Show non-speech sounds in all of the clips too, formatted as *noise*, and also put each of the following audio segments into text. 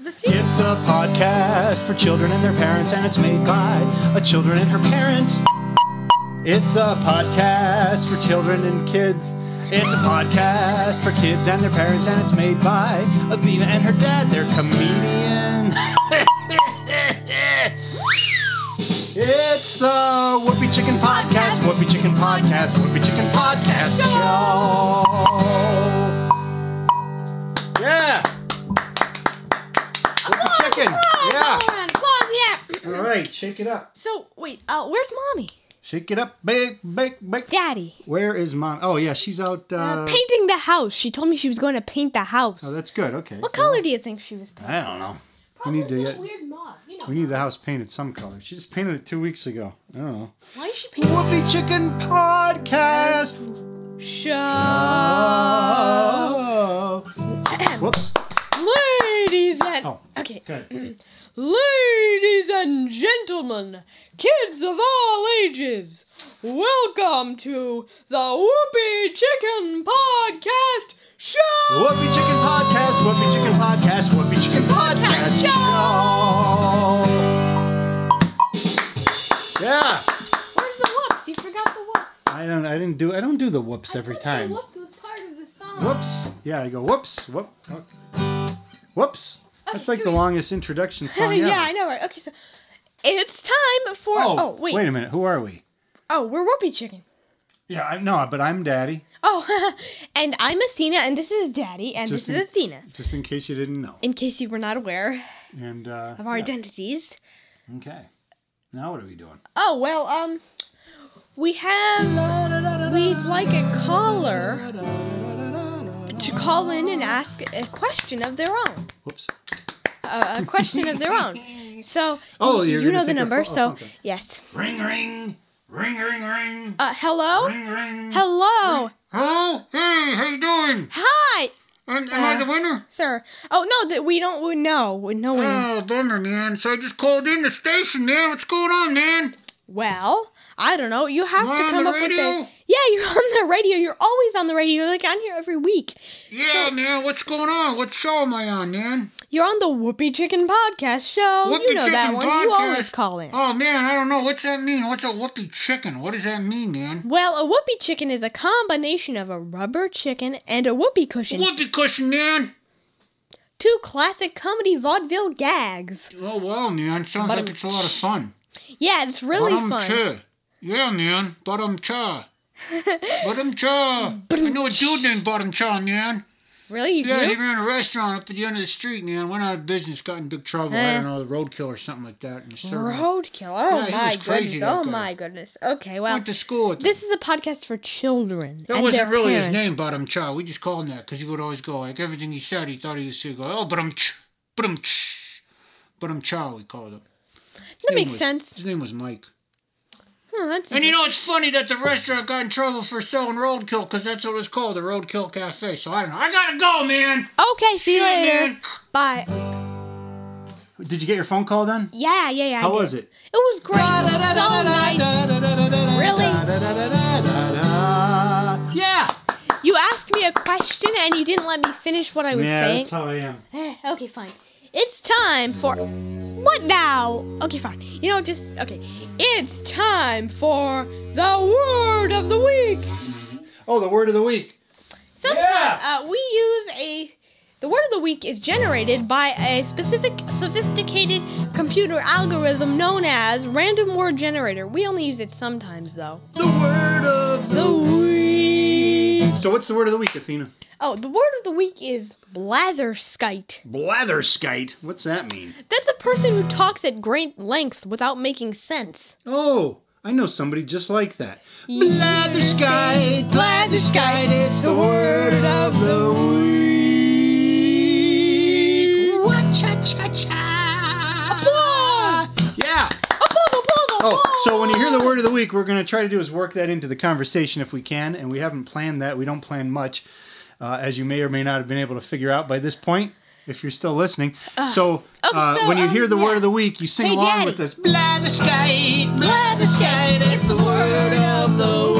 It's a podcast for children and their parents, and it's made by a children and her parent. It's a podcast for children and kids. It's a podcast for kids and their parents, and it's made by Athena and her dad. They're comedians. it's the Whoopi Chicken Podcast, Whoopi Chicken Podcast, Whoopi Chicken Podcast Show. Yeah. Oh, Whoopi Chicken. Yeah. All right, shake it up. So wait, uh, where's mommy? Shake it up. Bake, bake, bake. Daddy. Where is mom? Oh, yeah, she's out. Uh, Uh, painting the house. She told me she was going to paint the house. Oh, that's good. Okay. what color do you think she was painting? I don't know. We need to get. weird mauve. You know. We need the house painted some color. She just painted it two weeks ago. I don't know. Why is she painting? Whoopi Chicken Podcast. Show. Oh. Whoops. Ladies and Oh, okay, Mm. Good. ladies and gentlemen, kids of all ages, welcome to the Whoopi Chicken Podcast Show. Whoopi Chicken Podcast. Whoopi Chicken Podcast. Whoopi Chicken Podcast. Show. Yeah. Where's the whoops? You forgot the whoops. I don't. I didn't do. I don't do the whoops every time. Whoops was part of the song. Whoops. Yeah, I go whoops. Whoop. Whoops. That's Okay, like here the we go. *laughs* longest introduction song ever. Oh, yeah, I know. Right? Okay, so it's time for. Oh, Oh, wait. a minute. Who are we? Oh, we're Whoopi Chicken. Yeah, I no, but I'm Daddy. Oh, *laughs* and I'm Athena, and this is Daddy, and Just this in- is Athena. Just in case you didn't know. In case you were not aware And uh, of our yeah. identities. Okay. Now what are we doing? Oh well, um, we have we'd like a caller to call in and ask a question of their own. Whoops. Uh, a question of their *laughs* own. So Oh, you you're you gonna know the take a number, pho- oh, so okay. yes. Ring ring. Ring ring ring. Uh, hello, Ring ring. hello, Hello. Hey, how you doing? hi, Am, am I Uh, the winner? sir. Oh no, that we don't. We, no, we- no one. Oh, bummer, man. So I just called in the station, man. What's going on, man? Well, I don't know. You have Am I to on come the up with a. radio? Yeah, you're on the radio. You're always on the radio. You're like on here every week. Yeah, man. What's going on? What show am I on, man? You're on the Whoopi Chicken Podcast show. Whoopee you know that Chicken one. You always Podcast. call in. Oh, man. I don't know. What's that mean? What's a whoopee chicken? What does that mean, man? well, a whoopee chicken is a combination of a rubber chicken and a whoopee cushion. Whoopee cushion, man. Two classic comedy vaudeville gags. Oh, well, man. Sounds But- like it's a lot of fun. Yeah, it's really but I'm *laughs* fun. cha. Yeah, man. Bottom cha. Bottom cha. I know a dude named Bottom cha, man. really, you Yeah, do? he ran a restaurant up at the end of the street, man. Went out of business, got in big trouble. I Eh. don't know, the roadkill or something like that. And the server Roadkill. Oh Yeah, he my was crazy, goodness. that Oh guy. my goodness. Okay, well, went to school. With this is a podcast for children. that and their wasn't really parents. his name, Bottom Chow. We just called him that because he would always go like everything he said. He thought he was go, oh, Bottom Ch, Bottom Ch, Bottom Chow. We called him. That name makes was- sense. His name was Mike. Huh, that's And you know, it's funny that the restaurant got in trouble for selling roadkill because that's what it was called, the Roadkill Cafe. So I don't know. I gotta go, man. Okay, see you Shit, later. man. Bye. Did you get your phone call done? Yeah, yeah, yeah. I How did. was it? It was great. It was so nice. Really? Yeah. You asked me a question and you didn't let me finish what I was Yeah, saying. that's how I am. Eh, okay, fine. It's time for what now? Okay, fine. You know, just okay. It's time for the word of the week. Oh, the word of the week. Sometimes Yeah. uh, we use a. The word of the week is generated by a specific sophisticated computer algorithm known as random word generator. We only use it sometimes though. The word of The week. So what's the word of the week, Athena? Oh, the word of the week is blatherskite. Blatherskite. What's that mean? That's a person who talks at great length without making sense. Oh, I know somebody just like that. Blatherskite, blatherskite, it's the word of the week. Cha cha cha. Applause! Yeah. *laughs* Applause! Applause! Oh, so when you hear the applause! word of the week, we're going to try to do is work that into the conversation if we can, and we haven't planned that. We don't plan much, uh, as you may or may not have been able to figure out by this point, if you're still listening. so, uh, so, when you um, hear the yeah. word of the week, you sing Hey, along Daddy. with us. Blatherskite, Blatherskite, it's the word of the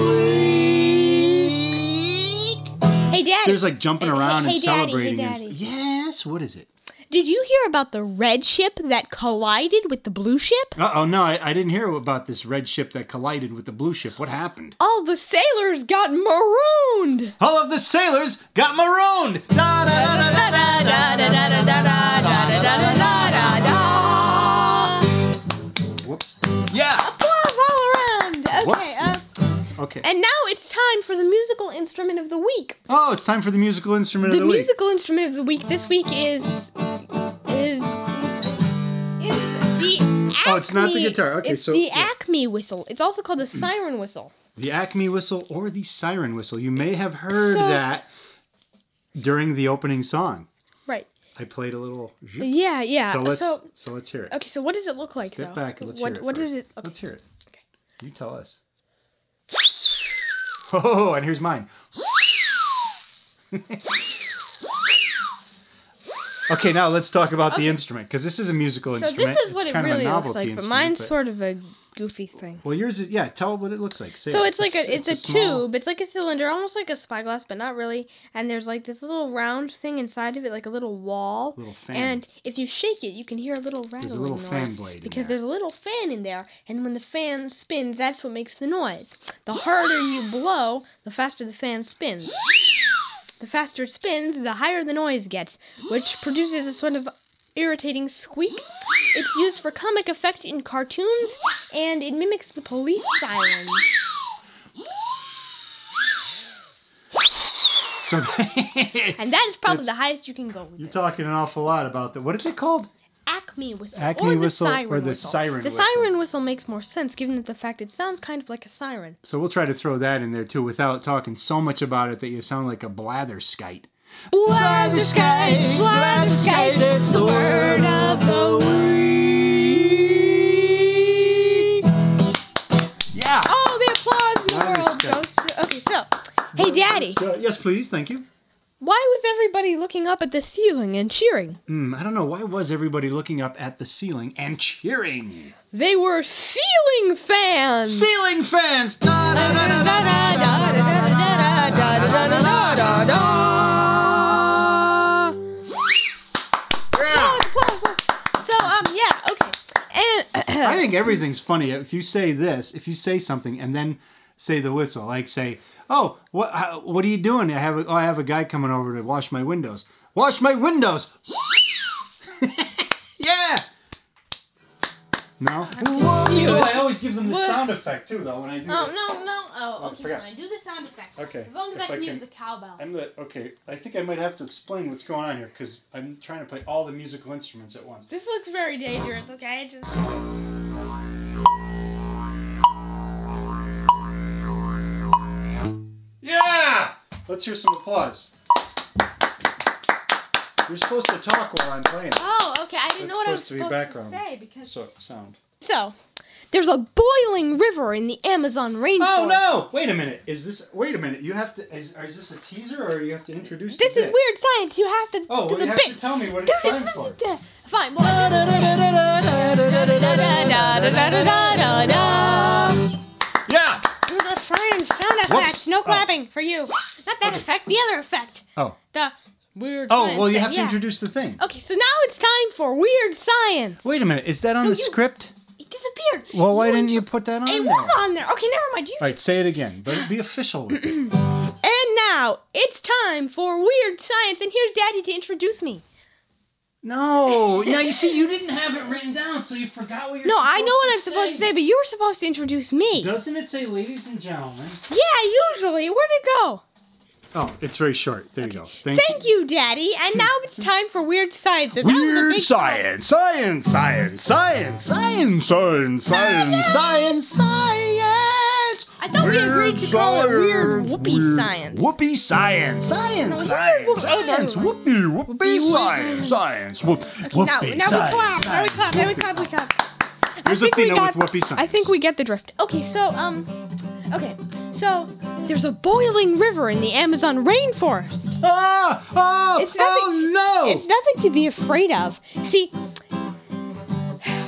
week. Hey, Daddy. There's like jumping Hey, around hey, and Daddy, hey, celebrating. and Daddy. st- yes, what is it? Did you hear about the red ship that collided with the blue ship? Uh oh, no, I, I didn't hear about this red ship that collided with the blue ship. What happened? All the sailors got marooned. All of the sailors got marooned. Da, da, da, da, da, da, da, da, da, da, da, da, da, da, da. Applause Whoops. Yeah. all around. Okay. Whoops. Uh, Okay. and now it's time for the musical instrument of the week. Oh, it's time for the musical instrument The of the week. musical instrument of the week this week is is is the Acme. Oh, it's not the guitar. Okay, it's so- the yeah. Acme whistle. It's also called the siren whistle. The Acme whistle or the siren whistle. You may have heard So- that during the opening song. Right. I played a little. zoop. Yeah, yeah. So let's so so let's hear it. okay, so what does it look like Step though? back and let's what hear it. what first. is it? Okay. Let's hear it. Okay. You tell us. Oh, and here's mine. okay, now let's talk about the Okay. instrument because this is a musical So instrument. this is what It's it kind of a really looks novelty like, but instrument, mine's but- sort of a goofy thing. Well, yours is yeah. Tell what it looks like. Say So it. it's like a it's, a, small- tube. It's like a cylinder, almost like a spyglass, but not really. And there's like this little round thing inside of it, like a little wall. Little fan. And if you shake it, you can hear a little rattling There's a little noise fan blade in because there. there's a little fan in there, and when the fan spins, that's what makes the noise. The harder you blow, the faster the fan spins. The faster it spins, the higher the noise gets, which produces a sort of irritating squeak. It's used for comic effect in cartoons, and it mimics the police siren. So *laughs* And that is probably It's- the highest you can go with you're it. talking an awful lot about that. What is it called? Acme whistle. Acme or the whistle siren or the whistle. siren The whistle. siren whistle makes more sense given the fact it sounds kind of like a siren. So we'll try to throw that in there too, without talking so much about it that you sound like a blatherskite. Blatherskite, blatherskite, it's the word of the week. Yeah. All the applause in the world Blatherskite. goes to. Okay, so. Hey, Daddy, Uh, yes, please. Thank you. why was everybody looking up at the ceiling and cheering? Hmm, I don't know why was everybody looking up at the ceiling and cheering. They were ceiling fans! Ceiling fans. Da, da, da, da, da, da. Yeah. So um yeah okay and *clears throat* *laughs* I think everything's funny if you say this, if you say something and then say the whistle, like say, "Oh, what how, what are you doing? I have a, oh, I have a guy coming over to wash my windows. Wash my windows." *laughs* yeah. No. confused. Oh, I always give them the What? sound effect too, though, when I do. oh that. no no I oh okay forgot. fine. do the sound effect Okay, as long as if I I can use can- the cowbell I'm the okay. I think I might have to explain what's going on here because I'm trying to play all the musical instruments at once. this looks very dangerous okay just Yeah! Let's hear some applause. You're supposed to talk while I'm playing. oh okay I didn't That's know what I was supposed to be supposed background. to say because So sound. so there's a boiling river in the Amazon rainforest Oh no! Wait a minute. Is this? Wait a minute. You have to. Is, is this a teaser or you have to introduce? this the is bit? weird science you have to Oh, do well, the you have bit to tell me what it's time for. Fine. Well, Yeah. do the science sound effect. Whoops. No Oh. clapping for you. Not that effect. The other effect. Oh. The weird. Oh science well, you thing, have to yeah. Oh. introduce the thing. Okay, so now it's time for weird science. Wait a minute. Is that on No, the you- script? It disappeared. Well, why You didn't you intro- put that on It there? was on there. Okay, never mind. You *clears throat* All right, say it again, but be official with it. And now it's time for weird science, and here's Daddy to introduce me. No. Now you see, you didn't have it written down, so you forgot what you're. No, I supposed know what I'm supposed to say, but you were supposed to introduce me. Doesn't it say, ladies and gentlemen? Yeah, usually. Where'd it go? Oh, it's very short. There you go. Thank, Thank you, Daddy. And now *laughs* it's time for weird science. And that was a Weird big science, science, science, science, science, science, science, science, science. I thought we agreed to call it weird whoopee science. Whoopee science, science, weird science, whoop- oh, no. science, whoopee, whoopee whoop- science, science, whoop, Okay, now, whoopee now we clap. science. Now we clap. Now we whoopee. clap. We clap. Here's I think we Athena with got- whoopee science. I think we get the drift. Okay, so um, okay, so there's a boiling river in the Amazon rainforest. Ah! Ah! It's nothing- oh no! It's nothing to be afraid of. See.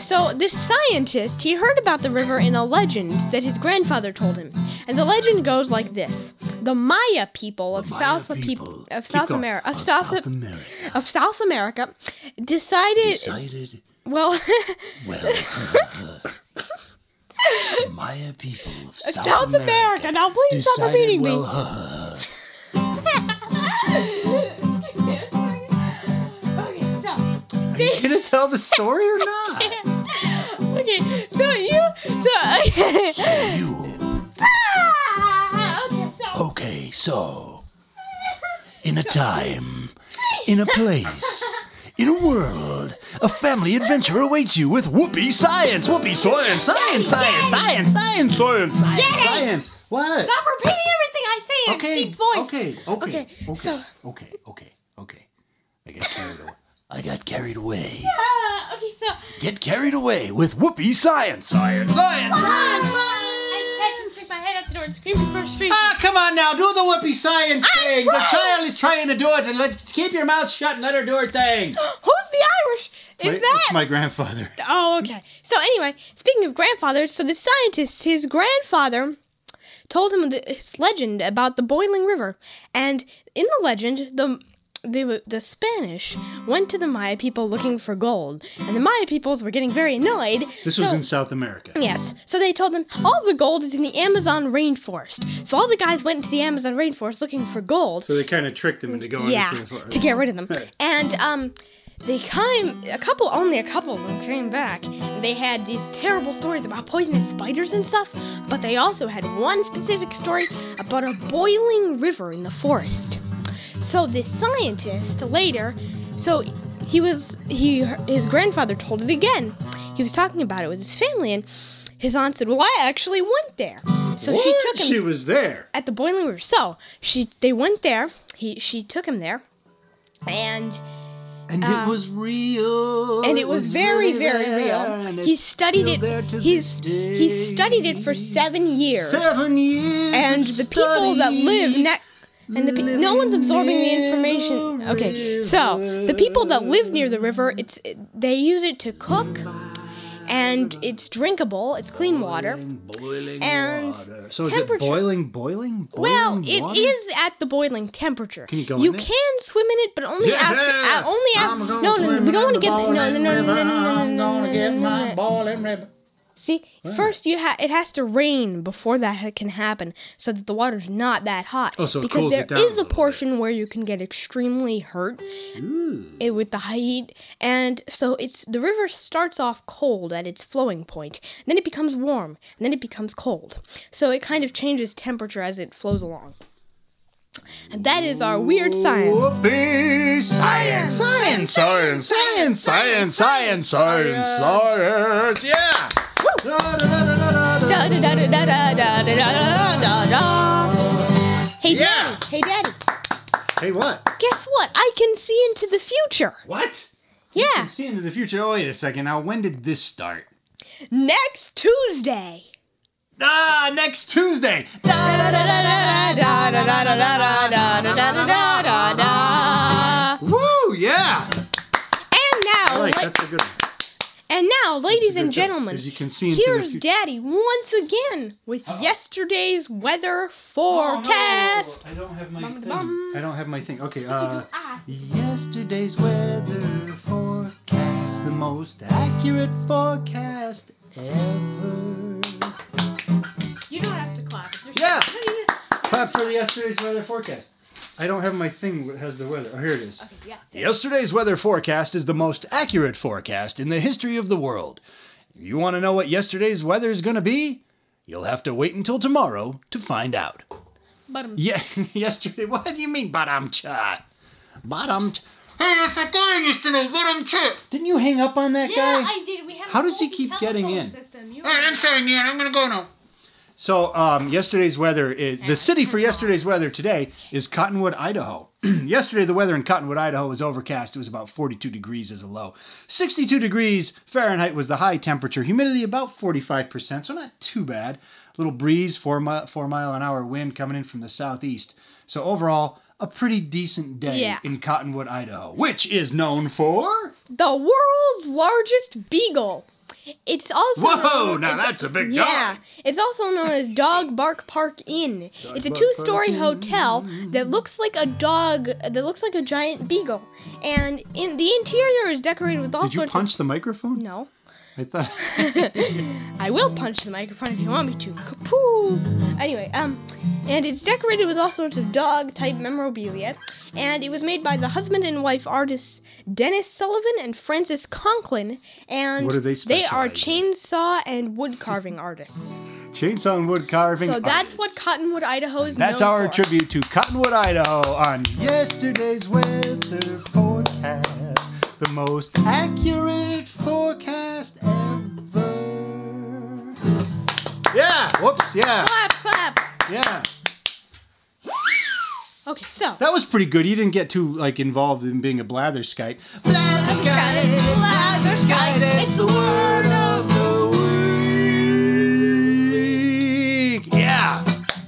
So, this scientist, he heard about the river in a legend that his grandfather told him. And the legend goes like this the Maya people of Maya South people. of Keep South going. America of Of South, South America. of South America decided Decided, well *laughs* *laughs* well, the Maya people of South, South America. Now please stop decided, repeating well, *laughs* me. okay, stop. Are you gonna tell the *laughs* story or not? okay, so you so okay. So you, *laughs* Ah, okay, stop. okay, so, in *laughs* a time, in a place, in a world, a family adventure awaits you with Whoopi Science, Whoopi Science, Science, Science, Science, Science, Science, Science. Get it! Science. What? Stop repeating everything I say in a Okay, deep voice. okay, okay, Okay, okay, so- okay, okay, okay. I got carried away. I got carried away. Ah, okay, so Get carried away with Whoopee Science. Science, science, science, I had to stick my head out the door and scream for street. Ah, come on now, do the whoopee science I'm thing. The trying. child is trying to do it, and let's keep your mouth shut and let her do her thing. Who's the Irish? Is Wait, that? It's *laughs* my grandfather. Oh, okay. So anyway, speaking of grandfathers, so the scientist, his grandfather, told him the, his legend about the boiling river, and in the legend, the the, the Spanish went to the Maya people looking for gold, and the Maya peoples were getting very annoyed. This was so- in South America. Yes. So they told them all the gold is in the Amazon rainforest. So all the guys went to the Amazon rainforest looking for gold. So they kind of tricked him into going yeah, to Singapore. to get rid of them. And um, they came. A couple, only a couple of them came back. They had these terrible stories about poisonous spiders and stuff. But they also had one specific story about a boiling river in the forest. So the scientist later, so he was he his grandfather told it again. He was talking about it with his family and. His aunt said, "Well, I actually went there." So she What? took him She was there. at the boiling river. So she they went there. He she took him there, and And Uh, it was real. and it was, very really very there, and real. He it's studied still it. there to He's this day. he studied it for seven years, Seven years. and of the people that live study. next. And the pe- no one's absorbing the information. Okay, so the people that live near the river, it's it, they use it to cook, and it's drinkable. It's clean water. Boiling, boiling And water. So is it temperature- boiling, boiling, boiling? Well, it water? is at the boiling temperature. Can you go in there? can swim in it, but only after. Yeah! Uh, only I'm after. gonna No, no, swim no, we don't in want the to get. No, no, no, boiling no, no, river. no, no, I'm no, gonna no, get no, my no, no. boiling river. See, first you ha- it has to rain before that ha- can happen, so that the water's not that hot. Oh, so it because cools there it is down a a little bit. portion where you can get extremely hurt Ooh. it with the high heat, and so it's the river starts off cold at its flowing point, then it becomes warm, and then it becomes cold. So it kind of changes temperature as it flows along. And that is our weird science. Whoopee Science, Science, Science, Science, Science, Science, Science, Science. Yeah. Da da da da da da da da da da da. Hey Yeah. daddy, hey daddy. Hey, what? Guess what? I can see into the future. What? You Yeah. can see into the future. Oh, wait a second. Now, when did this start? Next Tuesday. Ah, next Tuesday. Da da da da da da da da da da da da da da da. Woo, yeah. And now, Like, la- that's a good one. and now, ladies Good and job. gentlemen, As you can see into here's the future. Daddy once again with yesterday's Oh, weather forecast. I don't have my Bum, thing. bum. I don't have my thing. Okay, Yes, uh. you do. Ah. Yesterday's weather forecast, the most accurate forecast ever. You don't have to clap. There's- Yeah. Clap for yesterday's weather forecast. I don't have my thing that has the weather. Oh, here it is. Okay, yeah. Yesterday's weather forecast is the most accurate forecast in the history of the world. You want to know what yesterday's weather is going to be? You'll have to wait until tomorrow to find out. *laughs* But um, Yeah, yesterday. *laughs* What do you mean, bottom cha? Bottom. ch- Hey, that's a guy yesterday, what I'm chip. Didn't you hang up on that guy? did. We have How a does he whole keep getting telephone in? Alright, I'm sorry, man, I'm gonna go now. So, um, yesterday's weather is the city for yesterday's weather today is Cottonwood, Idaho. *clears throat* Yesterday, the weather in Cottonwood, Idaho was overcast. It was about 42 degrees as a low. 62 degrees Fahrenheit was the high temperature. Humidity about 45%, so not too bad. little breeze, four, mi- four mile an hour wind coming in from the southeast. So, overall, a pretty decent day Yeah. in Cottonwood, Idaho, which is known for. The world's largest beagle It's also Whoa, known- now it's- that's a big yeah. dog. It's also known as Dog Bark Park Inn. it's a Bark two-story Park hotel that looks like a dog that looks like a giant beagle, and in the interior is decorated with all Did you sorts punch the microphone? of no. I thought. *laughs* I will punch the microphone if you want me to. Kapoo! Anyway, um, and it's decorated with all sorts of dog type memorabilia, and it was made by the husband and wife artists Dennis Sullivan and Francis Conklin, and What do they they are specialize in? chainsaw and wood carving artists. Chainsaw and wood carving. So that's artists. what Cottonwood, Idaho is That's known our for. tribute to Cottonwood, Idaho on yesterday's weather forecast. The most accurate forecast ever. Yeah, whoops, yeah, Clap, clap. yeah. Okay, so. That was pretty good. You didn't get too like involved in being a blatherskite. Blatherskite, blatherskite, it's the word of the week. Yeah.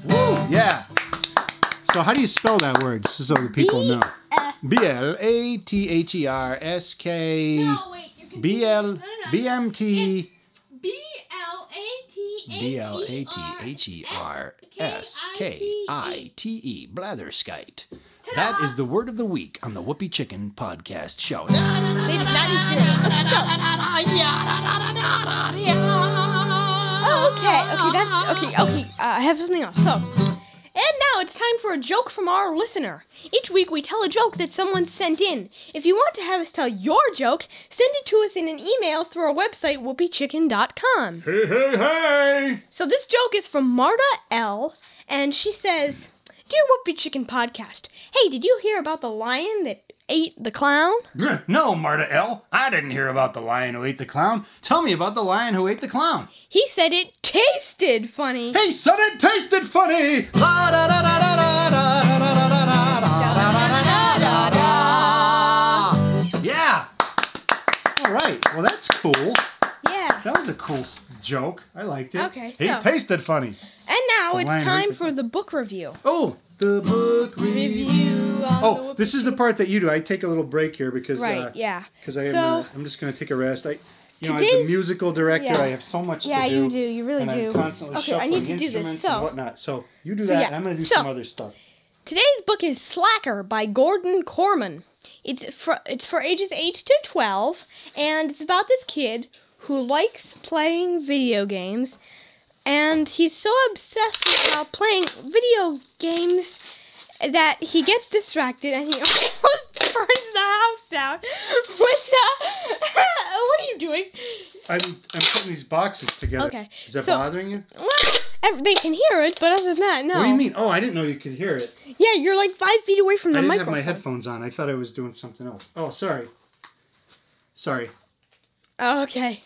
Woo. Yeah. So how do you spell that word so so the people know? Uh, B L A T H E R E S K No, wait, you're confused. B No, L no, no. B M T B L A T H E R S. B L A T H E R S K I T E, blatherskite. That is the word of the week on the Whoopee Chicken Podcast Show. they did not need to know. So. Oh, okay, okay, Ah. that's okay, okay. Uh, I have something else. So, and now it's time for a joke from our listener. Each week we tell a joke that someone sent in. If you want to have us tell your joke, send it to us in an email through our website whoopiechicken.com. Hey hey hey! So this joke is from Marta L, and she says, "Dear Whoopie Chicken Podcast, hey, did you hear about the lion that ate the clown?" No, Marta L. I didn't hear about the lion who ate the clown. Tell me about the lion who ate the clown. He said it tasted *laughs* funny. Hey, son, it tasted funny. Yeah. All right. Well, that's cool. Yeah. That was a cool s- joke. I liked it. Okay, It so- tasted funny. And now The it's lion time ate the for the book review. Oh, the book review. Oh, this is the part that you do. I take a little break here because Right, uh, yeah. Because I am So- gonna, I'm just gonna take a rest. I, you know, as the Today's- musical director, yeah. I have so much Yeah, to do. you do. You really and do. I'm constantly okay, I shuffling need to do instruments this. So and whatnot. So you do So, that, yeah. and I'm gonna do So- some other stuff. today's book is Slacker by Gordon Corman. It's for it's for ages eight to twelve, and it's about this kid who likes playing video games, and he's so obsessed with uh, playing video games that he gets distracted and he *laughs* almost burns the house down. *laughs* What the? *laughs* what are you doing? I'm I'm putting these boxes together. Okay, Is that so- bothering you? Well, ev- they can hear it, but other than that, no. What do you mean? Oh, I didn't know you could hear it. Yeah, you're like five feet away from I the didn't microphone. have my headphones on. I thought I was doing something else. Oh, sorry. Sorry. Oh, okay.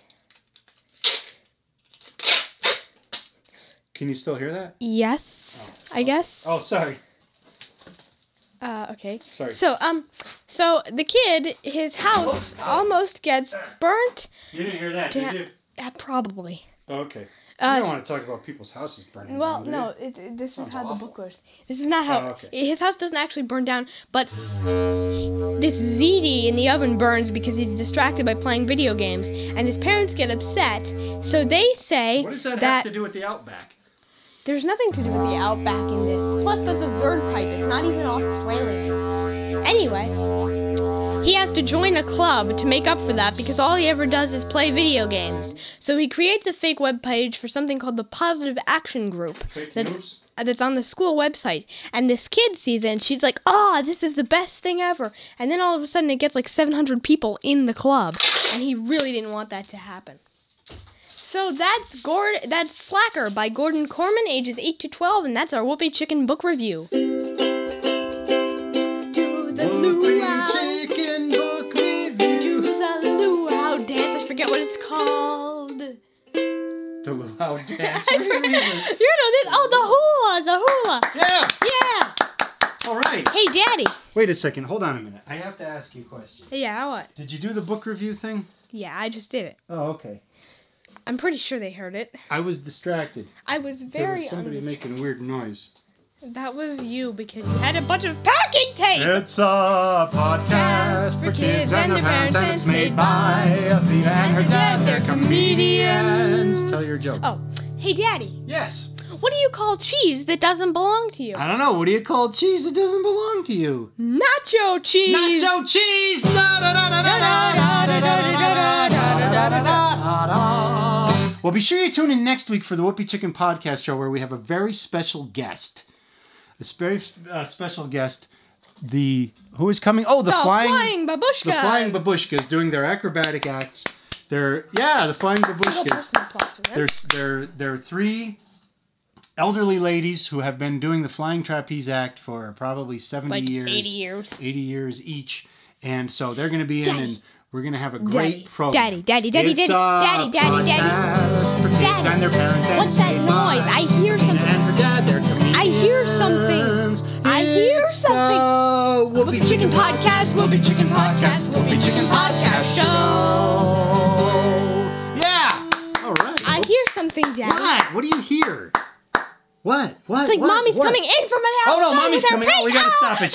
Can you still hear that? Yes, I guess. Oh, sorry. Uh, okay. Sorry. So um, so the kid, his house almost gets burnt. you didn't hear that, Da- did you? Uh, probably. Oh, okay. I don't Uh, want to talk about people's houses burning well, down, do no. you? It, it- this is Sounds how the awful. book goes. This is not how Oh, okay. his house doesn't actually burn down, but this ZD in the oven burns because he's distracted by playing video games, and his parents get upset. So they say What does that, have to do with the outback? There's nothing to do with the outback in this. Plus, that's a Zerd pipe. It's not even Australian. Anyway, he has to join a club to make up for that because all he ever does is play video games. So he creates a fake web page for something called the Positive Action Group Fake news? that's uh, that's on the school website. And this kid sees it and she's like, "Ah, this is the best thing ever!" And then all of a sudden, it gets like 700 people in the club, and he really didn't want that to happen. So that's Gord that's Slacker by Gordon Corman, ages 8 to 12, and that's our Whoopee Chicken book review. Do the luau, chicken book review. do the luau dance. I forget what it's called. The luau dance. I What do you forget. *laughs* You know mean? this? Oh, the hula, the hula. Yeah. Yeah. All right. Hey, Daddy. Wait a second. Hold on a minute. I have to ask you a question. Yeah, what? Did you do the book review thing? Yeah, I just did it. Oh, okay. I'm pretty sure they heard it. I was distracted. I was there very was somebody un- making weird noise. That was you because you had a bunch of packing tape. It's a podcast for kids and their parents, and it's made by Athena and her dad. They're comedians. your joke. Oh, hey, Daddy, Yes. what do you call cheese that doesn't belong to you? I don't know. What do you call cheese that doesn't belong to you? Nacho cheese. Nacho cheese. Well, be sure you tune in next week for the Whoopi Chicken Podcast Show, where we have a very special guest, a very uh, special guest. The who is coming? Oh, the, The flying, flying, babushka. the flying babushkas doing their acrobatic acts. They're yeah, the flying Single babushkas. person applause for that. There's there there are three elderly ladies who have been doing the flying trapeze act for probably 70 like years 80 years. 80 years each. And so they're going to be in, Daddy. and we're going to have a great Daddy, daddy, program. daddy, daddy, It's daddy, daddy, a daddy, daddy. podcast for kids Daddy. and their parents. and What's it's that made noise? by I hear Nina something. And her dad, they're comedians. I hear something. I hear It's the something. Whoopi Whoopi Chicken Podcast, Whoopi Chicken Podcast, Whoopi Chicken Podcast Show. Yeah. All right. I Oops. hear something, Daddy. What? What do you hear? What? What? It's like what? mommy's what? coming in from an Oh outside. no, mommy's with her coming out. We pink- gotta Oh! stop it.